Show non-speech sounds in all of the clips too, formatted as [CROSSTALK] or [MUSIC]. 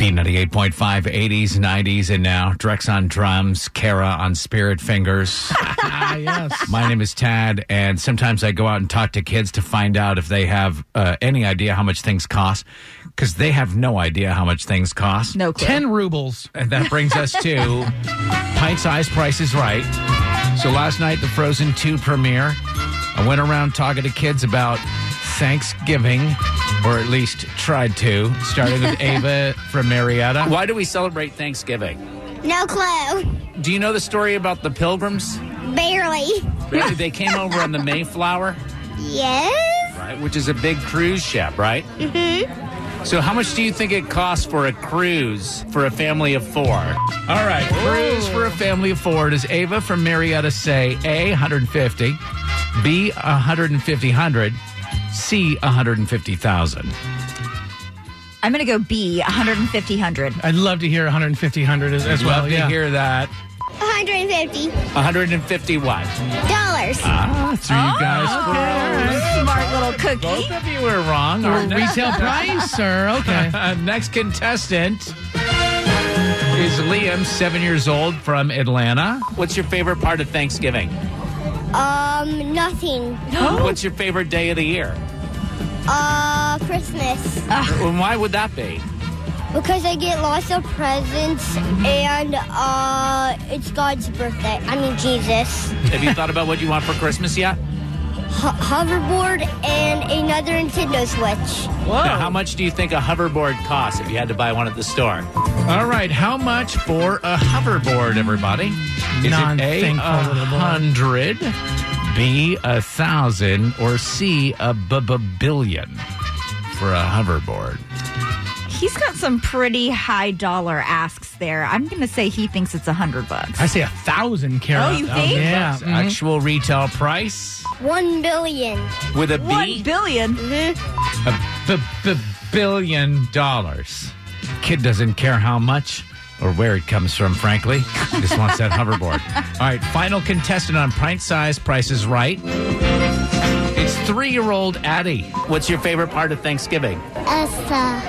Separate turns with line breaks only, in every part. P98.5, 80s, 90s, and now Drex on drums, Kara on spirit
[LAUGHS]
fingers.
Ah, yes.
My name is Tad, and sometimes I go out and talk to kids to find out if they have uh, any idea how much things cost, because they have no idea how much things cost.
No clue.
10 rubles.
And that brings us
[LAUGHS]
to Pint Size Price is Right. So last night, the Frozen 2 premiere, I went around talking to kids about Thanksgiving, or at least tried to. Started with
[LAUGHS]
Ava from Marietta.
Why do we celebrate Thanksgiving?
No clue.
Do you know the story about the pilgrims?
Barely.
They they came over on the Mayflower,
Yes?
right? Which is a big cruise ship, right? Mm-hmm. So, how much do you think it costs for a cruise for a family of four?
All right, cruise for a family of four. Does Ava from Marietta say A, 150, B, 150, 100, C, 150,000?
I'm going to go B, 150, 100.
I'd love to hear 150, 100 as, as well.
Love
yeah.
to hear that.
150
150 what?
dollars.
Ah, so
Oh,
you guys froze.
Smart little cookie.
Both
[GASPS]
of you were wrong. Our next, [LAUGHS]
Retail price, sir. Okay.
uh, next contestant is Liam, seven years old from Atlanta.
What's your favorite part of Thanksgiving?
Um, nothing.
What's your favorite day of the year?
Uh, Christmas.
And why would that be?
Because I get lots of presents and, uh, it's God's birthday. I mean, Jesus.
Have you thought about what you want for Christmas yet?
Ho- hoverboard and another Nintendo Switch.
Oh.
Now, how much do you think a hoverboard costs if you had to buy one at the store?
All right, how much for a hoverboard, everybody? Is it A, a
Non-thankful little boy.
hundred, B, a thousand, or C, a b- b- billion for a hoverboard?
He's got some pretty high dollar asks there. I'm going to say he thinks it's 100 bucks.
I say a thousand carats.
Oh, you think?
Yeah.
That's Actual retail price
One Mm-hmm. billion.
With a B?
One billion.
a b- b- billion dollars. Kid doesn't care how much or where it comes from, frankly. He just wants that hoverboard. All right, final contestant on Pint Size Price is Right. It's three year old Addie.
What's your favorite part of Thanksgiving?
Elsa.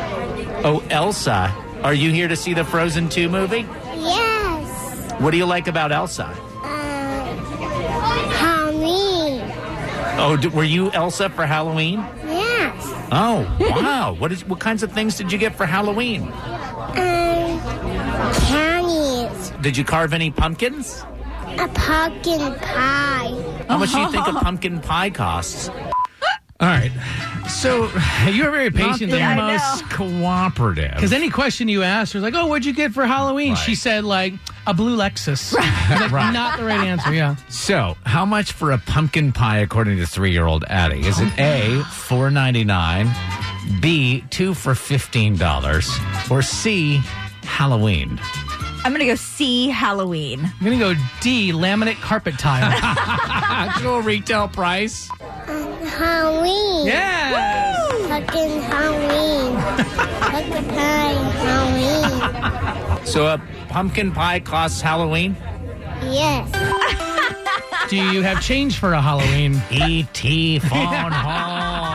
Oh, Elsa, are you here to see the Frozen 2 movie?
Yes.
What do you like about Elsa?
Uh, how me?
Oh, d- were you Elsa for Halloween?
Yes.
Oh, wow. what is what kinds of things did you get for Halloween?
Um, candies.
Did you carve any pumpkins?
A pumpkin pie.
How much do you think a pumpkin pie costs?
All right.
So
You were very patient
the
there.
most cooperative.
Because any question you asked was like, oh, what'd you get for Halloween?
Right.
She said, like, a blue Lexus. Like, [LAUGHS] Not the right answer, yeah.
So, how much for a pumpkin pie according to three-year-old Addie? Is it A four ninety nine, B two for fifteen dollars, or C Halloween?
I'm going to go C, Halloween.
I'm going to go D, laminate
[LAUGHS]
carpet tile.
Actual retail price.
Halloween.
yes.
Pumpkin Halloween. pumpkin pie Halloween.
So a pumpkin pie costs Halloween?
Yes.
E
Do you have change for a Halloween?
E.T. phone home.